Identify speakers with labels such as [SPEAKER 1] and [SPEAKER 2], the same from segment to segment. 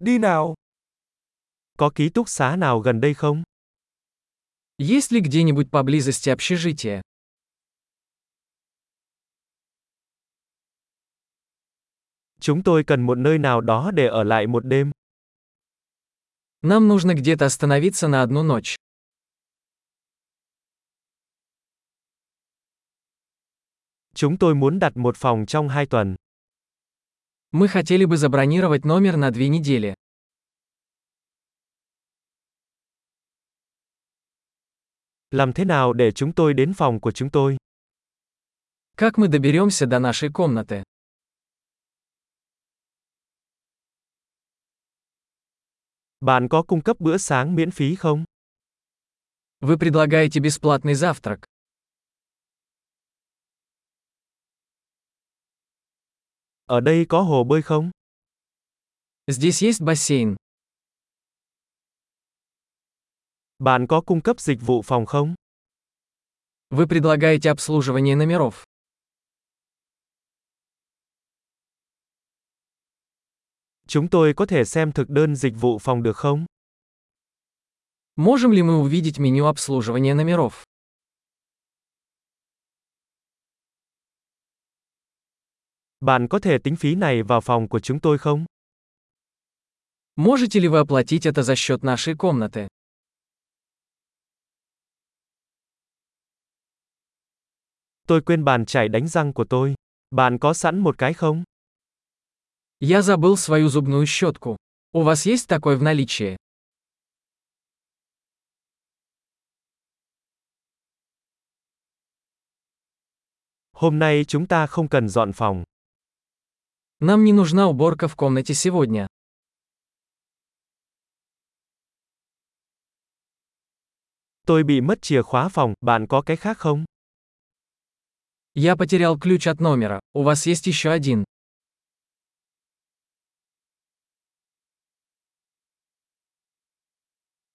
[SPEAKER 1] đi nào. Có ký túc xá nào gần đây không?
[SPEAKER 2] Есть ли где-нибудь поблизости общежитие?
[SPEAKER 1] Chúng tôi cần một nơi nào đó để ở lại một đêm.
[SPEAKER 2] Нам нужно где-то остановиться на одну ночь.
[SPEAKER 1] Chúng tôi muốn đặt một phòng trong hai tuần.
[SPEAKER 2] Мы хотели бы забронировать номер на две недели.
[SPEAKER 1] Làm thế nào để chúng tôi đến phòng của chúng tôi?
[SPEAKER 2] Как мы доберемся до нашей комнаты?
[SPEAKER 1] Bạn có cung cấp bữa sáng miễn phí không?
[SPEAKER 2] Вы предлагаете бесплатный завтрак.
[SPEAKER 1] Ở đây có hồ bơi không?
[SPEAKER 2] Здесь есть бассейн.
[SPEAKER 1] Bạn có cung cấp dịch vụ phòng không?
[SPEAKER 2] Вы предлагаете обслуживание номеров.
[SPEAKER 1] Chúng tôi có thể xem thực đơn dịch vụ phòng được không?
[SPEAKER 2] Можем ли мы увидеть меню обслуживания номеров?
[SPEAKER 1] Bạn có thể tính phí này vào phòng của chúng tôi không?
[SPEAKER 2] Можете ли вы оплатить это за счет нашей комнаты?
[SPEAKER 1] Tôi quên bàn chải đánh răng của tôi. Bạn có sẵn một cái không?
[SPEAKER 2] Я забыл свою зубную щетку. У вас есть такой в наличии?
[SPEAKER 1] Hôm nay chúng ta không cần dọn phòng.
[SPEAKER 2] Нам не нужна уборка в комнате сегодня.
[SPEAKER 1] Tôi bị mất chìa khóa phòng, bạn có cái khác không?
[SPEAKER 2] Я потерял ключ от номера. У вас есть еще один.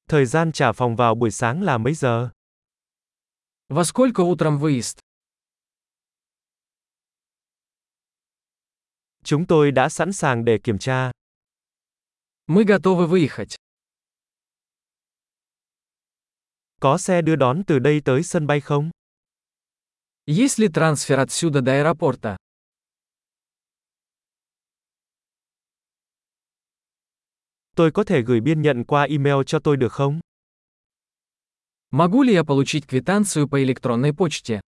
[SPEAKER 1] Thời gian trả phòng vào buổi sáng là mấy giờ?
[SPEAKER 2] Во сколько утром выезд?
[SPEAKER 1] Chúng tôi đã sẵn sàng để kiểm tra.
[SPEAKER 2] Мы готовы выехать.
[SPEAKER 1] Có xe đưa đón từ đây tới sân bay không?
[SPEAKER 2] Есть ли трансфер отсюда до аэропорта?
[SPEAKER 1] Tôi có thể gửi biên nhận qua email cho tôi được không?
[SPEAKER 2] Могу ли я получить квитанцию по электронной почте?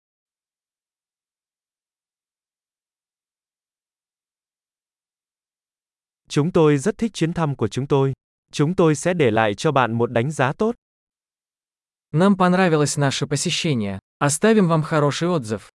[SPEAKER 1] Chúng tôi rất thích chuyến thăm của chúng tôi. Chúng tôi sẽ để lại cho bạn một đánh giá tốt.
[SPEAKER 2] Нам понравилось наше посещение. Оставим вам хороший отзыв.